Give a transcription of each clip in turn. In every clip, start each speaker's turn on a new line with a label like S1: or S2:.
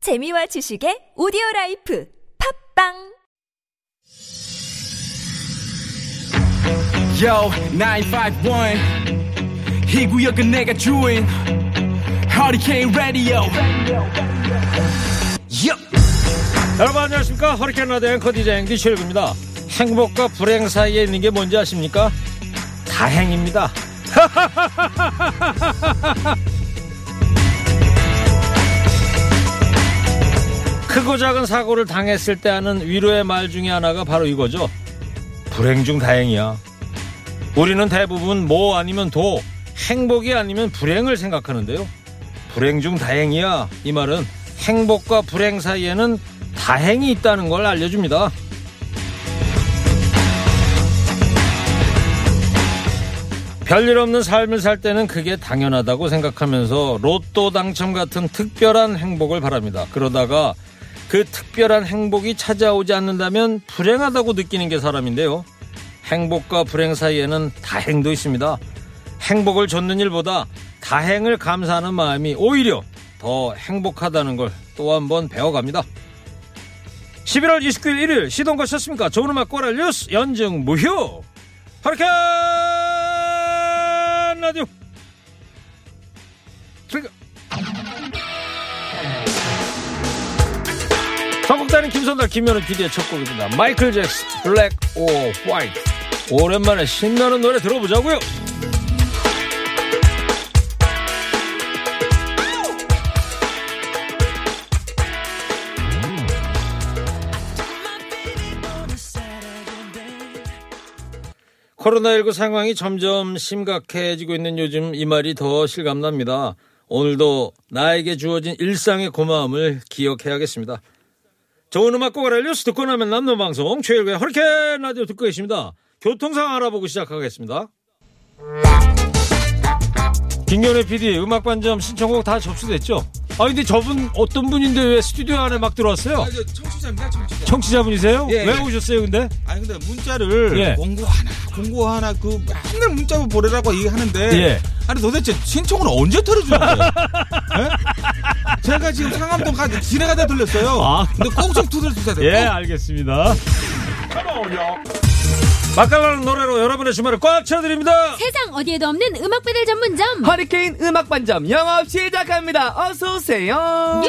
S1: 재미와 지식의 오디오 라이프 팝빵
S2: Yo, 951. 이 구역은 내가 주인. Hurricane Radio. Yup.
S3: 여러분 안녕하십니까 허리케인 라디오 앵커 디자인 앵디 최일구입니다 행복과 불행 사이에 있는 게 뭔지 아십니까? 다행입니다 크고 작은 사고를 당했을 때 하는 위로의 말 중에 하나가 바로 이거죠 불행 중 다행이야 우리는 대부분 뭐 아니면 도 행복이 아니면 불행을 생각하는데요 불행 중 다행이야. 이 말은 행복과 불행 사이에는 다행이 있다는 걸 알려줍니다. 별일 없는 삶을 살 때는 그게 당연하다고 생각하면서 로또 당첨 같은 특별한 행복을 바랍니다. 그러다가 그 특별한 행복이 찾아오지 않는다면 불행하다고 느끼는 게 사람인데요. 행복과 불행 사이에는 다행도 있습니다. 행복을 줬는 일보다 다행을 감사하는 마음이 오히려 더 행복하다는 걸 또 한 번 배워갑니다. 11월 29일 일요일 시동 거셨습니까? 좋은 음악 꼬랄 뉴스 연중 무휴 허리케인 라디오 출격 전국단인 김선달 김현우 PD의 첫 곡입니다. 마이클 잭스 블랙 오 화이트 오랜만에 신나는 노래 들어보자고요. 코로나19 상황이 점점 심각해지고 있는 요즘 이 말이 더 실감납니다. 오늘도 나에게 주어진 일상의 고마움을 기억해야겠습니다. 좋은 음악 곡을 알려서 듣고 나면 남는 방송 최일구의 허리케인 라디오 듣고 계십니다. 교통상 알아보고 시작하겠습니다. 김경래 PD 음악 반점 신청곡 다 접수됐죠? 아 근데 저분 어떤 분인데 왜 스튜디오 안에 막 들어왔어요?
S4: 아, 저 청취자입니다, 청취자.
S3: 청취자분이세요?
S4: 예,
S3: 왜
S4: 예.
S3: 오셨어요 근데?
S4: 아니 근데 문자를
S3: 예.
S4: 공고 하나, 공고 하나 그 맨날 문자로 보내라고 얘기하는데
S3: 예.
S4: 아니 도대체 신청을 언제 털어주는 거예요? 예? 제가 지금 상암동까지 지뢰가다 들렸어요.
S3: 아.
S4: 근데 꼭 좀 두드려주셔야 돼요.
S3: 예, 알겠습니다. 맛깔나는 노래로 여러분의 주말을 꽉 채워드립니다.
S5: 세상 어디에도 없는 음악 배달 전문점
S6: 허리케인 음악 반점 영업 시작합니다. 어서 오세요.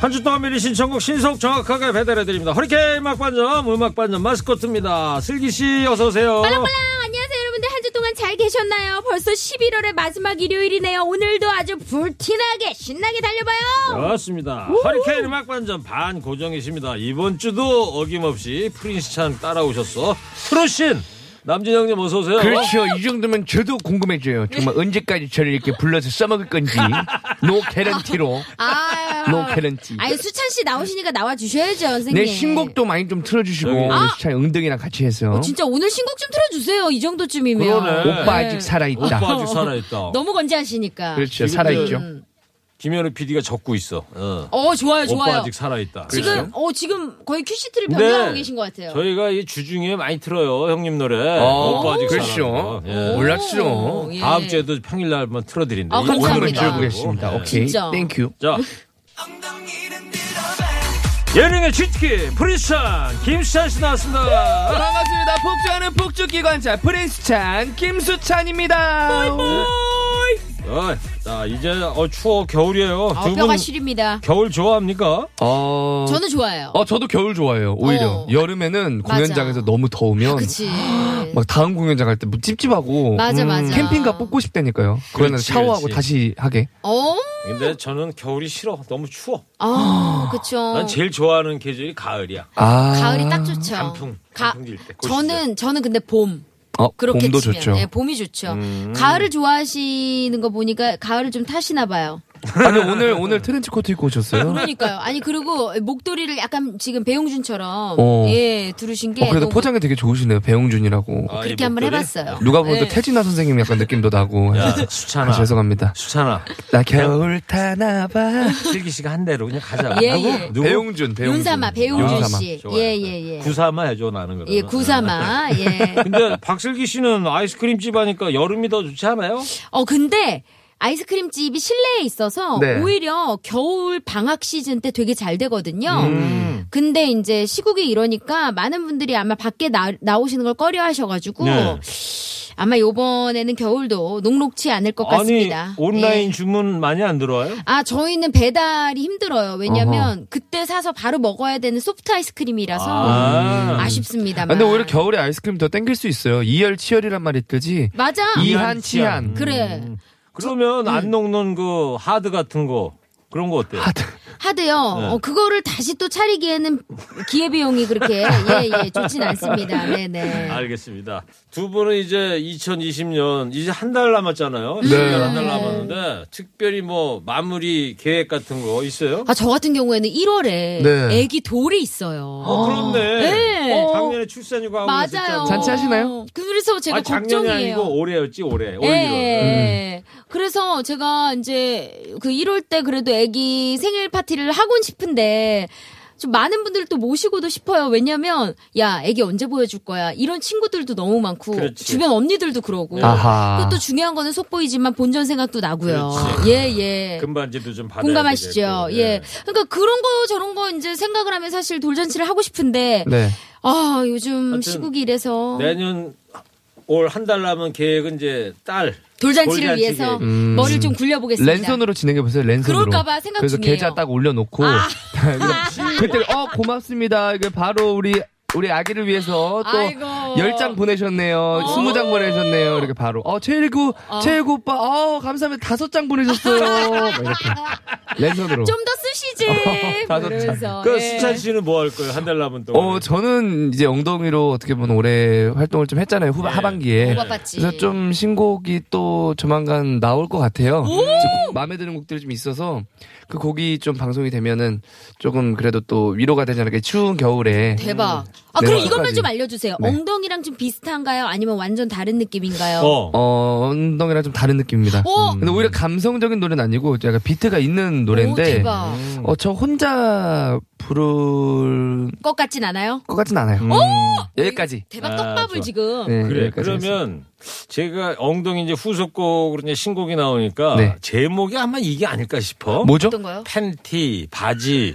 S3: 한 주 동안 미리 신청곡 신속 정확하게 배달해드립니다. 허리케인 음악반점, 음악반점 마스코트입니다. 슬기씨, 어서오세요.
S5: 빵빵 안녕하세요 여러분들 한 주 동안 잘 계셨나요? 벌써 11월의 마지막 일요일이네요 오늘도 아주 불티나게 신나게 달려봐요
S3: 그렇습니다. 허리케인 음악반점 반 고정이십니다. 이번 주도 어김없이 프린스 찬 따라오셨어. 프로신! 남진영님 어서오세요.
S6: 그렇죠. 이 정도면 저도 궁금해져요. 정말 언제까지 저를 이렇게 불러서 써먹을 건지. 노 개런티로.
S5: 아,
S6: 노 개런티.
S5: 아니 수찬씨 나오시니까 나와주셔야죠 선생님
S6: 뭐 내 신곡도 많이 좀 틀어주시고
S3: 저기.
S6: 오늘 수찬 응덕이랑 같이 해서
S5: 어, 진짜 오늘 신곡 좀 틀어주세요 이 정도쯤이면
S3: 그러네.
S6: 오빠
S5: 네.
S6: 아직 살아있다.
S3: 어, 오빠 아직 살아있다.
S5: 너무 건재하시니까
S6: 그렇죠. 살아있죠.
S3: 김현우 PD가 적고 있어. 어.
S5: 어 좋아요
S3: 오빠
S5: 좋아요
S3: 아직 살아있다.
S5: 지금 어 지금 거의 큐시트를
S3: 네.
S5: 변경하고 계신 것 같아요
S3: 저희가 이 주중에 많이 틀어요 형님 노래. 오빠 아직
S6: 그렇죠.
S3: 사랑하는 거. 예.
S6: 몰랐죠.
S5: 오, 예.
S3: 다음 주에도 평일날 한번 틀어드린다.
S5: 아,
S3: 이
S6: 오늘 한번
S5: 감사합니다.
S6: 들어보겠습니다. 오케이.
S5: 진짜.
S6: 땡큐.
S3: 자. 예능의 쥐트키 프리스찬 김수찬 씨 나왔습니다.
S6: 반갑습니다. 폭주하는 폭주기관차 프린스찬 김수찬입니다.
S3: 어, 자 이제 어, 추워 겨울이에요.
S5: 아,
S3: 두
S5: 뼈가
S3: 분
S5: 시립니다
S3: 겨울 좋아합니까?
S6: 어...
S5: 저는 좋아요
S6: 어, 저도 겨울 좋아해요, 오히려.
S5: 어.
S6: 여름에는
S5: 맞아. 아,
S6: 공연장에서 너무 더우면.
S5: 그치
S6: 막 다음 공연장 갈 때뭐 찝찝하고.
S5: 맞아, 맞아.
S6: 어. 캠핑가 뽑고 싶다니까요. 그러면
S3: 그렇지,
S6: 샤워하고
S3: 그렇지.
S6: 다시 하게.
S5: 어?
S3: 근데 저는 겨울이 싫어. 너무 추워.
S5: 아, 그쵸.
S3: 난 제일 좋아하는 계절이 가을이야.
S6: 아.
S5: 가을이 딱 좋죠.
S3: 단풍,
S5: 가-
S3: 단풍 질 때, 그
S5: 저는, 저는 근데 봄.
S6: 어,
S5: 그렇게
S6: 봄도
S5: 치면.
S6: 좋죠.
S5: 예, 봄이 좋죠.
S3: 음.
S5: 가을을 좋아하시는 거 보니까 가을을 좀 타시나 봐요.
S6: 아니,
S5: 네.
S6: 오늘, 오늘 트렌치 코트 입고 오셨어요?
S5: 그러니까요. 아니, 그리고 목도리를 약간 지금 배용준처럼,
S6: 어.
S5: 예, 두르신 게.
S6: 어, 그래도
S5: 너무
S6: 포장이 되게 좋으시네요, 배용준이라고.
S3: 아, 이
S5: 그렇게 한번
S3: 목도리?
S5: 해봤어요.
S6: 누가 보도
S5: 예.
S6: 태진아 선생님 약간 느낌도 나고.
S3: 야,
S6: 아,
S3: 수찬아.
S6: 죄송합니다.
S3: 수찬아.
S6: 나 겨울 타나봐.
S3: 슬기 씨가 한 대로 그냥 가자.
S5: 예,
S3: 하고
S5: 예.
S3: 누구?
S6: 배용준, 배용준.
S5: 아. 윤사마, 배용준
S6: 윤사마.
S5: 씨.
S3: 좋아요.
S5: 예, 예, 예.
S3: 구사마 해줘 나는 그러면. 네.
S5: 예, 구사마. 예.
S3: 근데 박슬기 씨는 아이스크림집 하니까 여름이 더 좋지 않아요?
S5: 어, 근데 아이스크림 집이 실내에 있어서
S6: 네.
S5: 오히려 겨울 방학 시즌 때 되게 잘 되거든요. 근데 이제 시국이 이러니까 많은 분들이 아마 밖에 나, 나오시는 걸 꺼려 하셔가지고
S3: 네.
S5: 아마 요번에는 겨울도 녹록치 않을 것
S3: 아니
S5: 어, 같습니다.
S3: 온라인
S5: 예.
S3: 주문 많이 안 들어와요?
S5: 아, 저희는 배달이 힘들어요. 왜냐면 그때 사서 바로 먹어야 되는 소프트 아이스크림이라서
S3: 아.
S5: 아. 쉽습니다만
S6: 근데 오히려 겨울에 아이스크림 더 땡길 수 있어요. 이열치열이란 말이 뜨지.
S5: 맞아.
S6: 이한 음. 치한.
S5: 그래.
S3: 그러면
S5: 음.
S3: 안 녹는 그 하드 같은 거 그런 거 어때요?
S5: 하드요.
S3: 네.
S5: 어, 그거를 다시 또 차리기에는 기회비용이 그렇게 예예 좋진 않습니다.
S3: 아,
S5: 네네.
S3: 알겠습니다. 두 분은 이제 2020년 이제 한 달 남았잖아요.
S6: 네.
S3: 한 달 남았는데 특별히 뭐 마무리 계획 같은 거 있어요?
S5: 아 저 같은 경우에는 1월에
S6: 네.
S5: 아기 돌이 있어요.
S3: 어, 그렇네.
S5: 네.
S3: 어, 작년에 출산휴가 하고
S5: 맞아요.
S3: 있었잖아요.
S6: 잔치하시나요?
S5: 그래서 제가
S3: 아니, 작년이
S5: 걱정이에요.
S3: 아니고 올해였지 올해. 올 일월. 네.
S5: 예. 그래서 제가 이제 그 1월 때 그래도 아기 생일 파티를 하곤 싶은데 좀 많은 분들 또 모시고도 싶어요. 왜냐면 야, 아기 언제 보여줄 거야? 이런 친구들도 너무 많고
S3: 그렇지. 네.
S5: 주변 언니들도 그러고.
S6: 아하.
S5: 그것도 중요한 거는 속보이지만 본전 생각도 나고요. 예, 예.
S3: 금반지도 좀 받아야
S5: 공감하시죠?
S3: 되겠고.
S5: 예. 그러니까 그런 거 저런 거 이제 생각을 하면 사실 돌잔치를 하고 싶은데
S6: 네.
S5: 아, 요즘
S3: 하여튼
S5: 시국이 이래서
S3: 네. 내년 올 한 달 남은 계획은 이제 딸.
S5: 돌잔치를
S3: 돌잔치
S5: 위해서
S3: 계획.
S5: 머리를 좀 굴려 보겠습니다.
S6: 랜선으로 진행해 보세요. 랜선으로.
S5: 그럴까봐 생각
S6: 그래서
S5: 중이에요. 아.
S6: 계좌 딱 올려놓고 그때 어 고맙습니다. 이게 바로 우리 우리 아기를 위해서
S5: 아이고. 어.
S6: 또 열 장 보내셨네요. 스무 장 보내셨네요. 이렇게 바로 어 최일구 최일구 오빠 어 감사합니다. 다섯 장 보내셨어요. 막 이렇게 랜선으로.
S5: 좀 더 쓰시지.
S6: 다섯
S5: 그러면서.
S3: 그
S5: 예.
S3: 수찬 씨는 뭐 할 거예요? 한 달 남은 동안.
S6: 어 저는 이제 엉덩이로 어떻게 보면 올해 활동을 좀 했잖아요. 후반
S3: 예.
S6: 하반기에.
S5: 오바빠찌.
S6: 그래서 좀 신곡이 또 조만간 나올 것 같아요. 좀 마음에 드는 곡들이 좀 있어서 그 곡이 좀 방송이 되면은 조금 그래도 또 위로가 되지 않을까 추운 겨울에
S5: 대박. 아,
S6: 네,
S5: 그럼
S6: 끝까지.
S5: 이것만 좀 알려주세요.
S6: 네.
S5: 엉덩이랑 좀 비슷한가요? 아니면 완전 다른 느낌인가요?
S3: 어.
S6: 어 엉덩이랑 좀 다른 느낌입니다. 음.
S5: 오!
S6: 근데 오히려 감성적인 노래는 아니고 약간 비트가 있는
S5: 오,
S6: 노래인데
S5: 대박.
S6: 어 저 혼자 부를
S5: 것 같진 않아요?
S6: 것 같진 않아요. 음, 여기까지.
S5: 대박
S3: 아,
S5: 떡밥을
S3: 좋아.
S5: 지금.
S6: 네,
S3: 그래.
S6: 여기까지 하겠습니다.
S3: 그러면 제가 엉덩이 이제 후속곡으로 이제 신곡이 나오니까
S6: 네.
S3: 제목이 아마 이게 아닐까 싶어.
S6: 뭐죠?
S5: 어떤 거요?
S3: 팬티, 바지.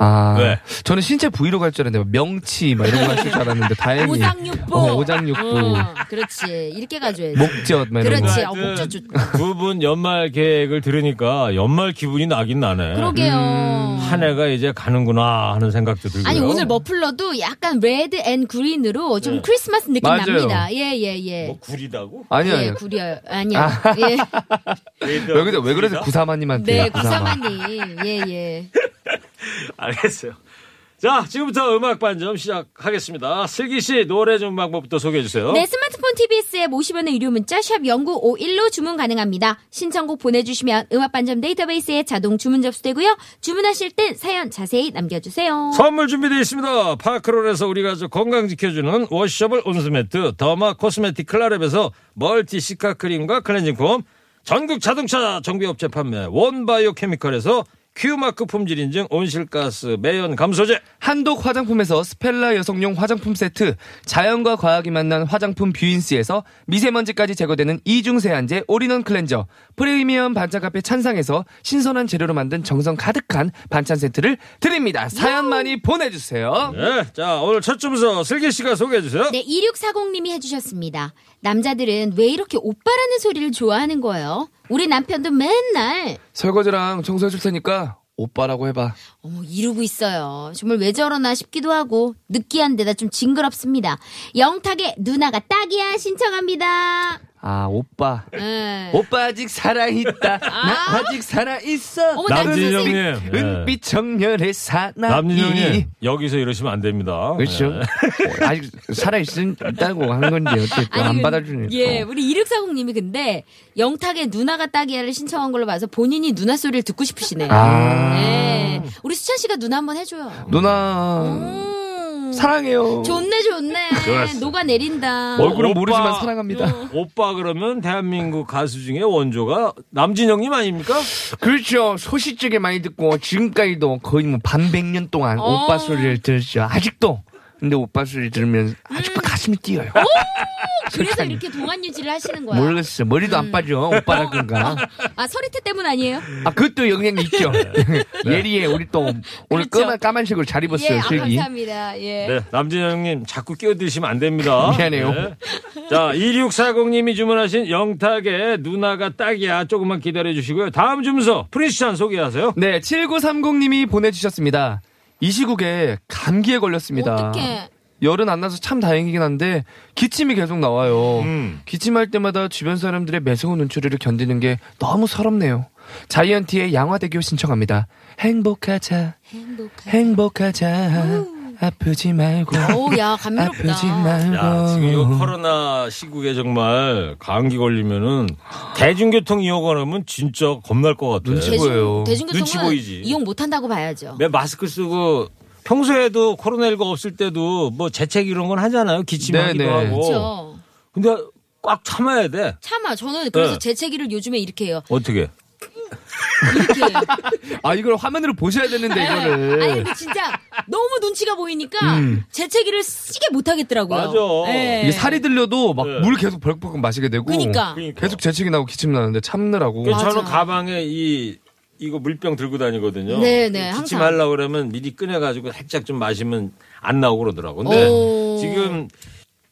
S6: 아
S3: 왜?
S6: 저는 신체 부위로 갈 줄 알았는데 명치 막 이런 거 할 줄 알았는데 다행히
S5: 오장육부.
S6: 어, 오장육부.
S5: 어, 그렇지. 이렇게 가줘야지.
S6: 목젖 막 이런 거.
S5: 그렇지. 아, 목젖
S6: 음.
S5: 좋다.
S3: 두 분 연말 계획을 들으니까 연말 기분이 나긴 나네.
S5: 그러게요.
S6: 음.
S3: 한 해가 이제 가는구나 하는 생각도 들고요.
S5: 아니 오늘 뭐- 머플러도 약간 레드 앤 그린으로 좀 크리스마스 느낌
S6: 네. 맞아요.
S5: 납니다. 예예 예.
S3: 뭐 구리다고?
S6: 아니요,
S5: 예,
S6: 아니요.
S5: 구려 아니요. 예.
S6: 왜 그래, 왜 그러세요?
S3: 구리다?
S6: 구사마님한테.
S5: 네, 구사마님. 예 예.
S3: 알겠어요. 자, 지금부터 음악 반점 시작하겠습니다. 슬기 씨 노래 좀 방법부터 소개해
S6: 어.
S3: 주세요.
S5: 네, 스마트폰 TBS에 50원의 유료 문자 샵 0951로 주문 가능합니다. 신청곡 보내주시면 음악반점 데이터베이스에 자동 주문 접수되고요. 주문하실 땐 사연 자세히 남겨주세요.
S3: 선물 준비되어 있습니다. 파크론에서 우리 가족 건강 지켜주는 워셔블 온수매트, 더마 코스메틱 클라랩에서 멀티 시카 크림과 클렌징 폼, 전국 자동차 정비업체 판매 원바이오 케미컬에서 큐마크 품질 인증 온실가스 매연 감소제
S6: 한독 화장품에서 스펠라 여성용 화장품 세트, 자연과 과학이 만난 화장품 뷰인스에서 미세먼지까지 제거되는 이중 세안제 올인원 클렌저, 프리미엄 반찬 카페 찬상에서 신선한 재료로 만든 정성 가득한 반찬 세트를 드립니다. 사연
S5: 예.
S6: 많이 보내주세요.
S3: 네, 자 오늘 첫 주문서 슬기 씨가 소개해 주세요.
S5: 네, 2640님이 해주셨습니다. 남자들은 왜 이렇게 오빠라는 소리를 좋아하는 거예요? 우리 남편도 맨날
S6: 설거지랑 청소해줄 테니까 오빠라고 해봐.
S5: 어머, 이러고 있어요. 정말 왜 저러나 싶기도 하고, 느끼한 데다 좀 징그럽습니다. 영탁의 누나가 딱이야 신청합니다.
S6: 아, 오빠.
S5: 예.
S6: 오빠 아직 살아있다. 나 아직 살아있어.
S5: 어머, 나 남진이
S6: 은빛-
S3: 형님.
S6: 은빛 청년의 사나이.
S3: 남진영님 여기서 이러시면 안 됩니다.
S6: 네. 그렇죠.
S3: 네.
S6: 어, 아직 살아있다고 한 건데 어떻게 또
S5: 아니,
S6: 안
S5: 그-
S6: 받아주네요.
S5: 예,
S6: 또.
S5: 우리 이륵사공님이 근데 영탁의 누나가 딱이야를 신청한 걸로 봐서 본인이 누나 소리를 듣고 싶으시네요.
S6: 아.
S5: 예. 우리 수찬 씨가 누나 한번 해줘요.
S6: 누나
S5: 음.
S6: 사랑해요.
S5: 좋네, 좋네.
S3: 좋았어.
S5: 녹아 내린다.
S6: 얼굴은
S3: 오빠.
S6: 모르지만
S5: 음.
S6: 사랑합니다.
S3: 오빠 그러면 대한민국 가수 중에 원조가 남진영님 아닙니까?
S6: 그렇죠. 소시지게 많이 듣고 지금까지도 거의 뭐 반백년 동안
S5: 어. 음.
S6: 오빠 소리를 들었죠. 아직도. 근데 오빠 소리 들으면 아직도 가슴이 뛰어요.
S5: 그래서 이렇게 동안 유지를 하시는 거야.
S6: 몰랐어. 머리도
S5: 음.
S6: 안 빠져. 오빠라 그런가.
S5: 아 서리태 때문 아니에요?
S6: 아, 그것도 영향이 있죠. 예리해. 우리 또 오늘
S5: 네. 그렇죠.
S6: 까만, 까만색으로 잘 입었어요.
S5: 예, 아,
S6: 슬기.
S5: 감사합니다. 예.
S3: 네, 남진영 형님 자꾸 끼어드시면 안 됩니다.
S6: 미안해요.
S3: 네. 자, 2640님이 주문하신 영탁의 누나가 딱이야. 조금만 기다려 주시고요. 다음 주문서 프린스찬 소개하세요.
S6: 네, 7930님이 보내주셨습니다. 이 시국에 감기에 걸렸습니다.
S5: 어떡해.
S6: 열은 안 나서 참 다행이긴 한데 기침이 계속 나와요.
S3: 음.
S6: 기침할 때마다 주변 사람들의 매서운 눈초리를 견디는 게 너무 서럽네요. 자이언티의 양화대교 신청합니다. 행복하자,
S5: 행복해.
S6: 행복하자, 아프지 말고,
S5: 오야 감미롭다.
S6: 아프지 말고.
S3: 야, 지금 이거 코로나 시국에 정말 감기 걸리면은 대중교통 이용하면 진짜 겁날 것 같아.
S6: 눈치 보여. 뭐예요?
S5: 대중,
S3: 눈치
S5: 대중교통은
S3: 보이지.
S5: 이용 못한다고 봐야죠.
S3: 왜 마스크 쓰고 평소에도 코로나19 없을 때도 뭐 재채기 이런 건 하잖아요. 기침하기도
S6: 네네.
S3: 하고.
S5: 그렇죠.
S3: 근데 꽉 참아야 돼.
S5: 참아 저는 그래서
S3: 네.
S5: 재채기를 요즘에 이렇게 해요.
S3: 어떻게?
S5: 이렇게 해요.
S6: 아 이걸 화면으로 보셔야 되는데 이거를. 음.
S5: 아니 근데 진짜 너무 눈치가 보이니까 재채기를 시게 못 하겠더라고요.
S3: 맞아.
S5: 예.
S6: 이게 살이 들려도 막
S3: 네.
S6: 물 계속 벌컥벌컥 마시게 되고
S5: 그니까.
S3: 그러니까.
S6: 계속 재채기 나고 기침 나는데 참느라고
S3: 그래서
S5: 맞아.
S3: 저는 가방에 이 이거 물병 들고 다니거든요.
S5: 네네, 항상.
S3: 기침하려고 그러면 미리 꺼내가지고 살짝 좀 마시면 안 나오고 그러더라고. 근데
S5: 오.
S3: 지금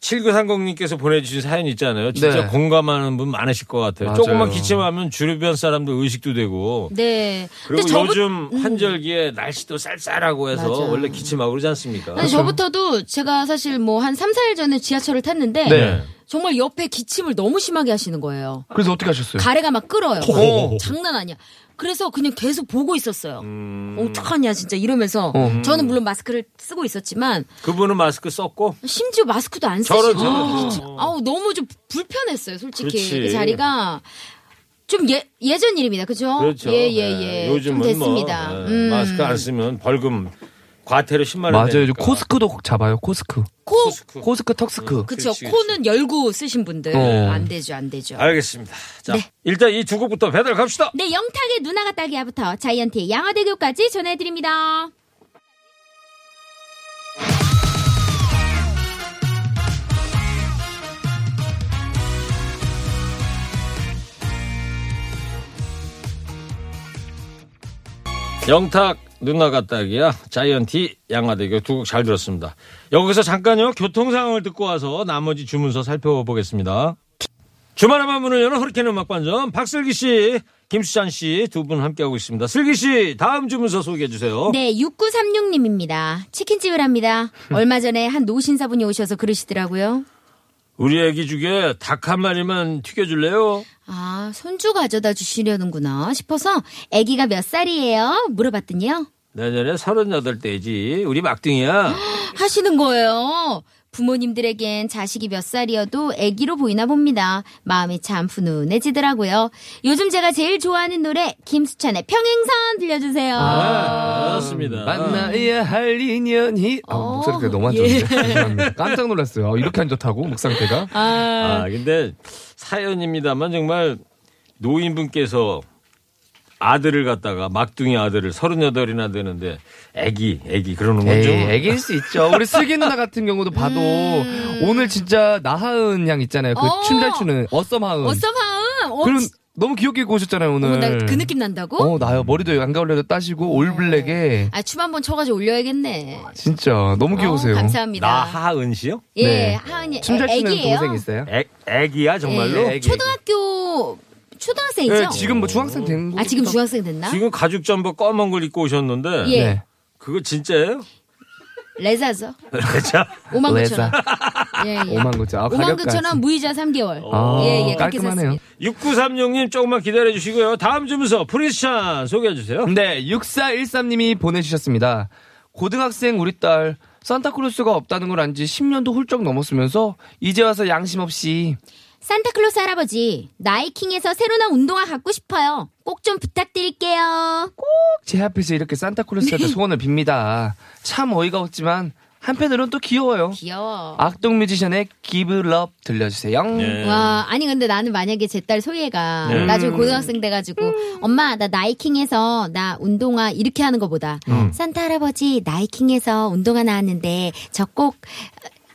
S3: 7930님께서 보내주신 사연 있잖아요. 진짜
S6: 네.
S3: 공감하는 분 많으실 것 같아요.
S6: 맞아요.
S3: 조금만 기침하면 주변 사람들 의식도 되고.
S5: 네.
S3: 그리고
S5: 저부-
S3: 요즘 환절기에 날씨도 쌀쌀하고 해서
S5: 음. 맞아요.
S3: 원래 기침하고 그러지 않습니까?
S6: 그렇죠.
S5: 아니, 저부터도 제가 사실 뭐 한 3, 4일 전에 지하철을 탔는데
S6: 네.
S5: 정말 옆에 기침을 너무 심하게 하시는 거예요.
S6: 그래서 어떻게 하셨어요?
S5: 가래가 막 끓어요.
S6: 네. 오.
S5: 장난 아니야. 그래서 그냥 계속 보고 있었어요.
S3: 음.
S5: 어떡하냐 진짜 이러면서 저는 물론 마스크를 쓰고 있었지만
S3: 그분은 마스크 썼고
S5: 심지어 마스크도 안 쓰시고
S3: 저런, 저런.
S5: 진짜. 아우 너무 좀 불편했어요 솔직히
S3: 그렇지.
S5: 그 자리가 좀 예, 예전 일입니다 그죠?
S3: 그렇죠.
S5: 예 예예
S3: 네.
S5: 좀
S3: 요즘은
S5: 됐습니다.
S3: 뭐 네.
S5: 음.
S3: 마스크 안 쓰면 벌금 과태료 10만 원.
S6: 맞아요. 저
S3: 내니까. 그-
S6: 코스크도 잡아요. 코스크.
S5: 코
S3: 코스크.
S6: 코스크 턱스크.
S5: 그쵸
S3: 그치, 그치.
S5: 코는 열고 쓰신 분들
S6: 어.
S5: 안 되죠 안 되죠.
S3: 알겠습니다. 자,
S5: 네.
S3: 일단 이 두 곡부터 배달 갑시다.
S5: 네 영탁의 누나가 딸기야부터 자이언티의 양화대교까지 전해드립니다.
S3: 영탁 누나가 딱이야. 자이언티 양화대교 두 곡 잘 들었습니다. 여기서 잠깐요. 교통 상황을 듣고 와서 나머지 주문서 살펴보겠습니다. 주말에만 문을 여는 허리케인 음악 반점 박슬기 씨, 김수찬 씨 두 분 함께하고 있습니다. 슬기 씨 다음 주문서 소개해 주세요.
S5: 네, 6936님입니다. 치킨집을 합니다. 얼마 전에 한 노신사분이 오셔서 그러시더라고요.
S3: 우리 애기 중에 닭 한 마리만 튀겨줄래요?
S5: 아, 손주 가져다 주시려는구나 싶어서 아기가 몇 살이에요? 물어봤더니요.
S3: 내년에 38대지. 우리 막둥이야.
S5: 하시는 거예요. 부모님들에겐 자식이 몇 살이어도 아기로 보이나 봅니다. 마음이 참 훈훈해지더라고요. 요즘 제가 제일 좋아하는 노래 김수찬의 평행선 들려주세요.
S6: 아.
S5: 아,
S3: 맞습니다.
S5: 음,
S6: 만나야 할 인연이. 아,
S5: 어.
S6: 목소리가 너무 안 좋은데. 죄송합니다. 깜짝 놀랐어요. 아, 이렇게 안 좋다고 목 상태가.
S5: 아,
S3: 아, 근데 사연입니다만 정말 노인분께서 아들을 갖다가 막둥이 아들을 38이나 되는데 애기, 애기 그러는 건 좀.
S6: 에이, 애기일 네, 수 있죠. 우리 슬기 누나 같은 경우도 봐도 오늘 진짜 나하은 양 있잖아요. 그
S5: 어.
S6: 춤 잘 추는 어썸하은.
S5: 어썸하음. 어,
S6: 그런 너무 귀엽게 입고 오셨잖아요, 오늘.
S5: 나그 느낌 난다고?
S6: 어, 나요. 머리도 안가 올려도 따시고 올블랙에.
S5: 아, 춤 한번 춰가지고 올려야겠네.
S6: 진짜 너무 귀여우세요.
S5: 어, 감사합니다.
S3: 나하은 씨요?
S5: 예,
S6: 네.
S5: 하은이 아,
S6: 춤 잘
S5: 애-
S6: 추는
S5: 애기예요.
S6: 동생 있어요?
S3: 애, 애기야 정말로?
S6: 예, 애기.
S5: 초등학교 초등학생이죠?
S6: 네, 지금 뭐 중학생 된 거.
S5: 아 지금 중학생 됐나?
S3: 지금 가죽 점퍼 검은 걸 입고 오셨는데
S5: 예.
S6: 네.
S3: 그거 진짜예요?
S5: 레자죠.
S3: 그렇죠?
S5: 5만 9천
S6: 레자.
S5: 원. 예, 예.
S6: 5만 9천. 아,
S5: 5만
S6: 가격까지.
S5: 9천 원 무이자 3개월.
S6: 아,
S5: 뭐, 예, 예, 그렇게
S6: 깔끔하네요.
S5: 썼습니다.
S3: 6936님 조금만 기다려 주시고요. 다음 주문서 프리스찬 소개해
S5: 음.
S3: 주세요.
S6: 네, 6413님이 보내주셨습니다. 고등학생 우리 딸, 산타크로스가 없다는 걸 안 지 10년도 훌쩍 넘었으면서, 이제 와서 양심 없이,
S5: 산타클로스 할아버지, 나이킹에서 새로 나온 운동화 갖고 싶어요. 꼭 좀 부탁드릴게요.
S6: 꼭제 앞에서 이렇게
S5: 네.
S6: 산타크로스한테 소원을 빕니다. 참 어이가 없지만, 한편으로는 또 귀여워요.
S5: 귀여워.
S6: 악동 뮤지션의 Give Love 들려주세요.
S5: 네.
S3: 예.
S5: 와, 아니 근데 나는 만약에 제 딸 소희가
S6: 네.
S5: 나중에 고등학생 돼가지고 엄마 나 나이킹에서 나 운동화 이렇게
S6: 음.
S5: 하는 거보다 산타 할아버지 나이킹에서 운동화 나왔는데 저 꼭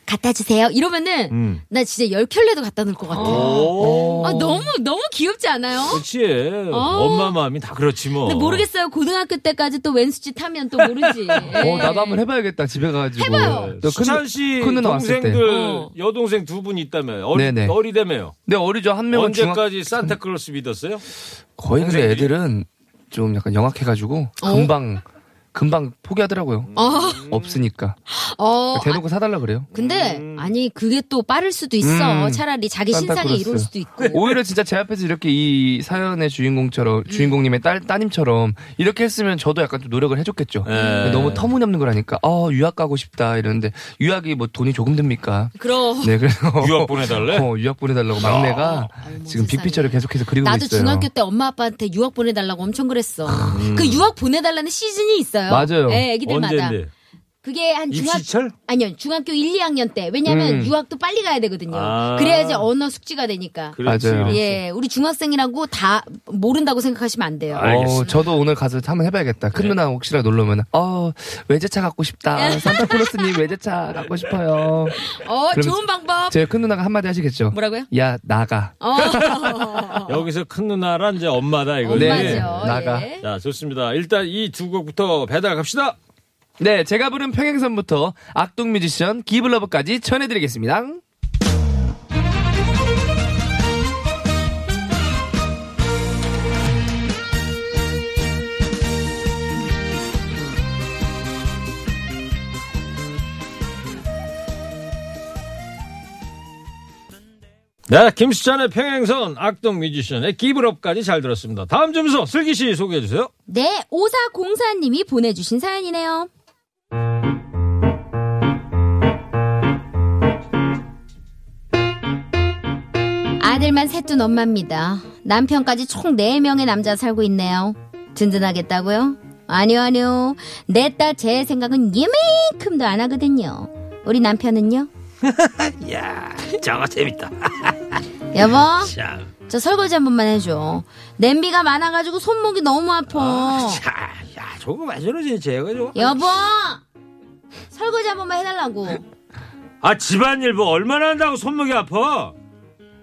S5: 갖다 주세요. 이러면은
S3: 음.
S5: 나 진짜 열 켤레도 갖다 놓을 것 같아요.
S3: 오.
S5: 아, 너무 너무 귀엽지 않아요?
S3: 그렇지. 엄마 마음이 다 그렇지 뭐.
S5: 어. 근데 모르겠어요. 고등학교 때까지 또 왼수짓 하면 또 모르지. 예.
S6: 어, 나도 한번 해봐야겠다. 집에 가가지고.
S5: 해봐요.
S6: 저 큰-
S3: 수찬 씨
S6: 큰 누나 왔을 때.
S3: 동생들
S5: 어.
S3: 여동생 두 분 있다며. 어리,
S6: 네네.
S3: 어리다며요.
S6: 네, 어리죠. 한 명은 중학
S3: 언제까지 산타클로스 믿었어요?
S6: 거의 근데
S3: 동생들이?
S6: 애들은 좀 약간 영악해가지고 금방 금방 포기하더라고요.
S5: 어,
S6: 없으니까
S5: 어, 아,
S6: 대놓고 사달라 그래요.
S5: 근데 아니 그게 또 빠를 수도 있어.
S6: 음.
S5: 차라리 자기 신상에
S6: 산타클로스.
S5: 이룰 수도 있고.
S6: 오히려 진짜 제 앞에서 이렇게 이 사연의
S5: 음.
S6: 주인공처럼 주인공님의 딸 따님처럼 이렇게 했으면 저도 약간 좀 노력을 해줬겠죠.
S3: 네.
S6: 너무 터무니없는 거라니까. 아 유학 가고 싶다 이러는데 유학이 뭐 돈이 조금 듭니까?
S5: 그럼
S6: 네 그래서
S3: 유학 보내달래?
S6: 어, 유학 보내달라고 막내가
S5: 아이고,
S6: 지금
S5: 어, 세상에.
S6: 빅피처를 계속해서 그리고
S5: 나도
S6: 있어요. 아.
S5: 중학교 때 엄마 아빠한테 유학 보내달라고 엄청 그랬어. 그 유학 보내달라는 시즌이 있어요.
S6: 맞아요.
S5: 예, 애기들마다.
S3: 언제인데?
S5: 그게 한 중학
S3: 입시철?
S5: 아니요 중학교 1, 2학년 때 왜냐하면
S6: 음.
S5: 유학도 빨리 가야 되거든요.
S3: 아.
S5: 그래야지 언어 숙지가 되니까.
S3: 그렇지,
S6: 맞아요.
S3: 그렇지.
S5: 예, 우리 중학생이라고 다 모른다고 생각하시면 안 돼요.
S6: 어, 저도 오늘 가서 한번 해봐야겠다.
S5: 네.
S6: 큰 누나 혹시라도 놀러 오면, 어, 외제차 갖고 싶다. 산타클로스님 외제차 갖고 싶어요.
S5: 어,
S6: 아, 그러면-
S5: 좋은 방법.
S6: 제 큰 누나가 한마디 하시겠죠?
S5: 뭐라고요?
S6: 야, 나가.
S5: 어.
S3: 어. 여기서 큰 누나란 이제 엄마다 이거.
S5: 엄마죠.
S6: 네, 나가.
S5: 예.
S3: 자, 좋습니다. 일단 이 두 곡부터 배달 갑시다.
S6: 네, 제가 부른 평행선부터 악동 뮤지션 기블러브까지 전해드리겠습니다.
S3: 네, 김수찬의 평행선, 악동 뮤지션의 기브럽까지 잘 들었습니다. 다음 주문서 슬기 씨 소개해 주세요.
S5: 네, 오사공사님이 보내주신 사연이네요. 아들만 셋둔 엄마입니다. 남편까지 총 4명의 남자 살고 있네요. 든든하겠다고요? 아니요, 아니요. 내 딸 제 생각은 이만큼도 안 하거든요. 우리 남편은요?
S3: 장아 재밌다.
S5: 여보, 저 설거지 한 번만 해줘. 냄비가 많아가지고 손목이 너무 아파.
S3: 야, 저거 마셔놓지, 제가 저거.
S5: 여보 설거지 한 번만 해달라고
S3: 아, 집안일 뭐 얼마나 한다고 손목이 아파?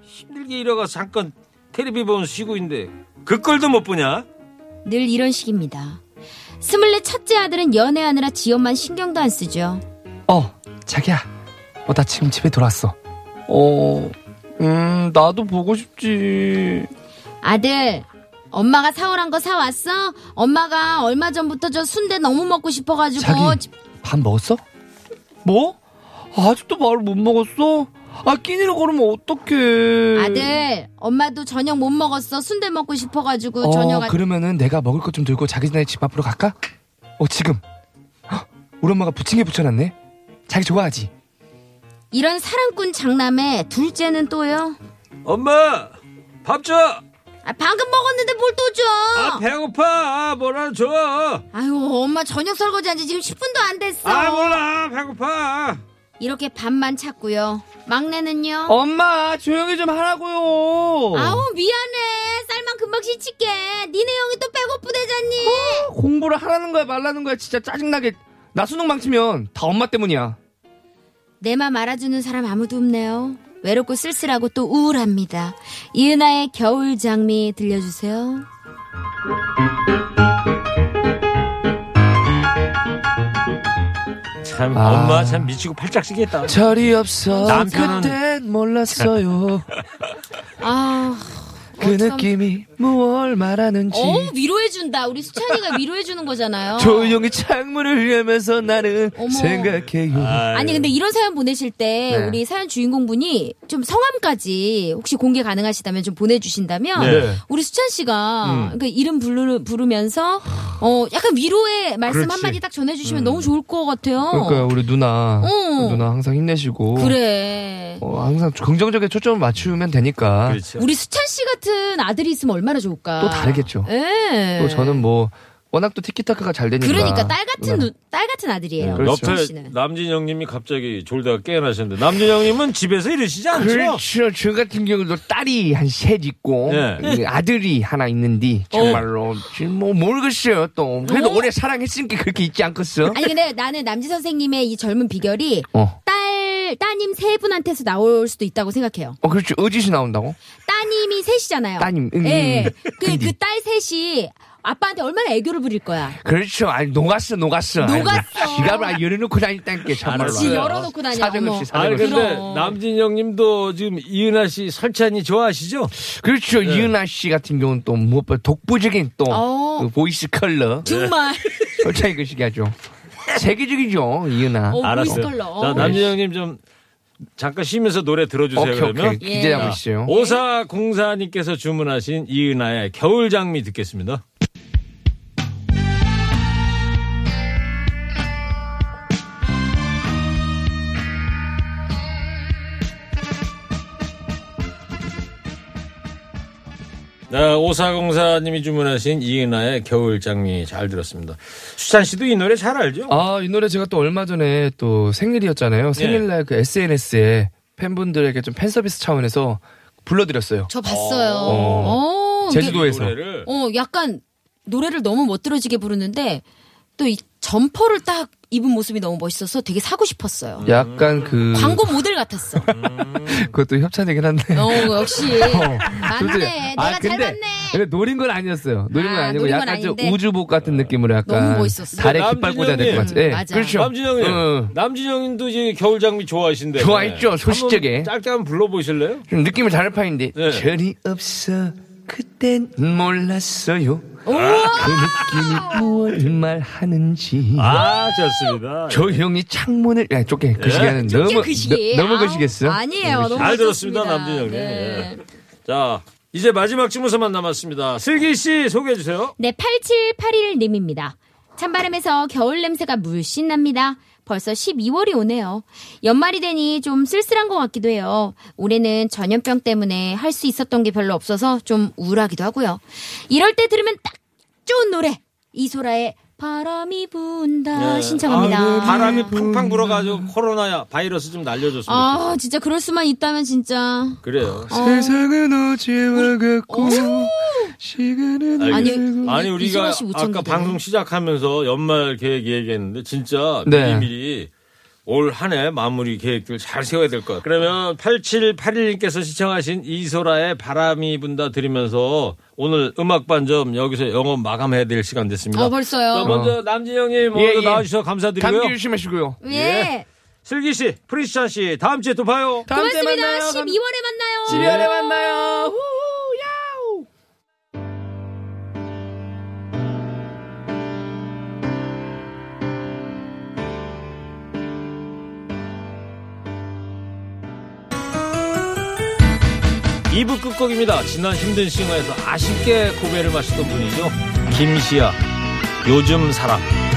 S3: 힘들게 일어가 잠깐 테레비 보면 쉬고 있는데 그 꼴도 못 보냐?
S5: 늘 이런 식입니다 스물네 첫째 아들은 연애하느라 지엄만 신경도 안 쓰죠
S6: 어, 자기야. 어, 나 지금 집에 돌아왔어. 어, 음, 나도 보고 싶지.
S5: 아들 엄마가 사오란 거 사왔어? 엄마가 얼마 전부터 저 순대 너무 먹고 싶어가지고
S6: 자기, 밥 먹었어? 뭐? 아직도 밥을 못 먹었어? 아, 끼니를 걸으면 어떡해.
S5: 아들 엄마도 저녁 못 먹었어 순대 먹고 싶어가지고
S6: 어,
S5: 저녁 아- 안...
S6: 그러면은 내가 먹을 것 좀 들고 자기 전에 집 앞으로 갈까? 어 지금 헉, 우리 엄마가 부침개 부쳐놨네 자기 좋아하지?
S5: 이런 사랑꾼 장남에 둘째는 또요
S3: 엄마! 밥 줘!
S5: 아, 방금 먹었는데 뭘 또 줘?
S3: 아, 배고파! 아, 뭐라 줘!
S5: 아유 엄마 저녁 설거지한 지 지금 10분도 안 됐어
S3: 아, 몰라! 배고파!
S5: 이렇게 밥만 찾고요. 막내는요.
S6: 엄마 조용히 좀 하라고요
S5: 아우 미안해. 쌀만 금방 시칠게. 니네 형이 또 배고프대잖니.
S6: 공부를 하라는 거야 말라는 거야 진짜 짜증나게 나 수능 망치면 다 엄마 때문이야
S5: 내 맘 알아주는 사람 아무도 없네요. 외롭고 쓸쓸하고 또 우울합니다. 이은아의 겨울 장미 들려주세요.
S3: 참,
S6: 아.
S3: 엄마 참 미치고 팔짝 쓰겠다.
S6: 절이 없어
S3: 남편은-
S6: 그땐 몰랐어요
S5: 아,
S6: 그 느낌이 무얼 말하는지
S5: 어 위로해준다. 우리 수찬이가 위로해주는 거잖아요.
S6: 조용히 창문을 열면서 나는
S5: 어머.
S6: 생각해요
S5: 아니 근데 이런 사연 보내실 때
S6: 네.
S5: 우리 사연 주인공분이 좀 성함까지 혹시 공개 가능하시다면 좀 보내주신다면
S3: 네.
S5: 우리 수찬 씨가
S6: 음.
S5: 그 이름 부르, 부르면서 어 약간 위로의 말씀
S6: 그렇지. 음.
S5: 한마디 딱 전해주시면 너무 좋을 것 같아요.
S6: 그러니까 우리 누나
S5: 어.
S6: 누나 항상 힘내시고
S5: 그래.
S6: 어, 항상 긍정적인 초점을 맞추면 되니까
S3: 그렇죠.
S5: 우리 수찬 씨 같은 아들이 있으면 얼마나 좋을까.
S6: 또 다르겠죠.
S5: 예.
S6: 또 저는 뭐 워낙 또 티키타카가 잘 되니까
S5: 그러니까 딸 같은
S6: 누나.
S5: 누- 딸 같은 아들이에요.
S6: 그렇죠.
S5: 수찬
S3: 옆에
S5: 씨는.
S3: 남진영님이 갑자기 졸다가 깨어나셨는데 남진영님은 집에서 이러시지 않죠?
S6: 그렇죠. 저 같은 경우도 딸이 한 셋 있고
S3: 예.
S6: 아들이 하나 있는데 정말로 지금 뭐 모르겠어요. 또 그래도 오래 사랑했으니까 그렇게 있지 않겠어?
S5: 아니 근데 나는 남지 선생님의 이 젊은 비결이
S6: 어.
S5: 딸 사실 따님 세 분한테서 나올 수도 있다고 생각해요.
S6: 어, 그렇죠. 어짓이 나온다고?
S5: 따님이 셋이잖아요.
S6: 따님, 음. 응,
S5: 예.
S6: 응.
S5: 그, 그 딸 셋이 아빠한테 얼마나 애교를 부릴
S3: 네.
S5: 거야.
S6: 그렇죠. 아니, 녹았어, 녹았어.
S5: 녹았어.
S6: 아이고, 지갑을 아예 열어놓고 다니다니까, 정말로.
S5: 지 열어놓고 다녀. 어머.
S6: 사정없이, 사정없이.
S3: 아니 근데
S5: 그럼.
S3: 남진영님도 지금 이은하 씨 설찬이 좋아하시죠?
S6: 그렇죠.
S3: 네.
S6: 이은하 씨 같은 경우는 또 무엇보다 독보적인 또,
S5: 어.
S6: 그 보이스 컬러.
S5: 정말.
S6: 솔직히 그 시기하죠. 세계적이죠, 이은하.
S5: 어, 보이스
S3: 알았어요.
S5: 컬러.
S3: 자 남진영님 좀 잠깐 쉬면서 노래 들어주세요.
S6: 네. 오케이,
S3: 그러면
S6: 오케이.
S5: 예.
S6: 기대하고 있어요.
S3: 오사 공사님께서 주문하신 이은하의 겨울 장미 듣겠습니다. 네, 오사공사님이 주문하신 이은하의 겨울 장미 잘 들었습니다. 수찬 씨도 이 노래 잘 알죠?
S5: 어.
S6: 아, 이 노래 제가 또 얼마 전에 또
S5: 예.
S6: 생일이었잖아요. 생일날 그 SNS에 팬분들에게 좀 팬서비스 차원에서 불러드렸어요.
S5: 저 봤어요.
S6: 어.
S5: 어, 근데
S6: 제주도에서.
S3: 노래를
S5: 어, 약간 노래를 너무 멋들어지게 부르는데 또 이 점퍼를 딱 입은 모습이 너무 멋있어서 되게 사고 싶었어요.
S6: 약간 그.
S5: 광고 모델 같았어.
S6: 그것도 협찬이긴 한데.
S5: 어, 역시.
S6: 솔직히-
S5: 맞네.
S6: 아,
S5: 내가 잘
S6: 근데-
S5: 봤네.
S6: 근데 노린 건 아니었어요. 노린 건
S5: 아,
S6: 아니고
S5: 노린 건
S6: 약간 좀
S5: 아닌데.
S6: 우주복 같은 느낌으로 약간
S5: 너무 멋있었어. 그
S6: 달에
S3: 남준형님.
S6: 깃발 꽂아야 될 것 같아요. 예,
S5: 맞아.
S6: 그렇죠.
S3: 남진영님,
S6: 어.
S3: 남진영님도 이제 겨울 장미 좋아하신데
S6: 좋아했죠, 소시적에.
S3: 짧게 한번 불러보실래요?
S6: 좀 느낌이 다를 파인데
S3: 네.
S6: 전이 없어 그땐 몰랐어요. 그 느낌이 무얼 말하는지.
S3: 아 좋습니다.
S6: 조용히 창문을 야 쫓게 그 시간은
S5: 이게
S6: 너무
S5: 그 시기.
S6: 너, 무
S5: 아우,
S6: 그시겠어요?
S5: 아니에요. 너무
S3: 잘
S5: 멋있었습니다.
S3: 들었습니다, 남준영님.
S5: 네.
S3: 예. 자, 이제 마지막 주문서만 남았습니다. 슬기 씨 소개해 주세요.
S5: 네, 8781님입니다. 찬바람에서 겨울 냄새가 물씬 납니다. 벌써 12월이 오네요. 연말이 되니 좀 쓸쓸한 것 같기도 해요. 올해는 전염병 때문에 할 수 있었던 게 별로 없어서 좀 우울하기도 하고요. 이럴 때 들으면 딱 좋은 노래. 이소라의 바람이 분다 신청합니다.
S3: 네. 아, 바람이 팡팡 불어가지고 코로나 바이러스 좀 날려줬습니다.
S5: 아, 진짜 그럴 수만 있다면 진짜. 아,
S3: 그래요.
S6: 아. 세상은 어제와 같고 시간은
S5: 아니,
S3: 알겠습니다. 아니
S5: 이-
S3: 우리가
S5: 이승환 씨
S3: 아까
S5: 우천기네.
S3: 방송 시작하면서 연말 계획 얘기했는데 진짜
S6: 네.
S3: 미리미리 올 한 해 마무리 계획들 잘 세워야 될 것 같아요. 그러면 8781님께서 시청하신 이소라의 바람이 분다 들으면서 오늘 음악반점 여기서 영업 마감해야 될 시간 됐습니다.
S5: 어, 벌써요.
S3: 자, 먼저 남진영님
S6: 예,
S3: 오늘
S6: 예.
S3: 나와주셔서 감사드리고요.
S6: 감기 조심하시고요.
S5: 예.
S3: 슬기 씨, 프리스찬 씨, 다음 주에 또 봐요.
S6: 다음 주에
S5: 고맙습니다.
S6: 만나요.
S5: 12월에 만나요.
S6: 12월에 만나요. 후, 야우.
S3: 이부 끝곡입니다. 지난 힘든 싱어에서 아쉽게 고배를 마시던 분이죠. 김시아, 요즘 사람.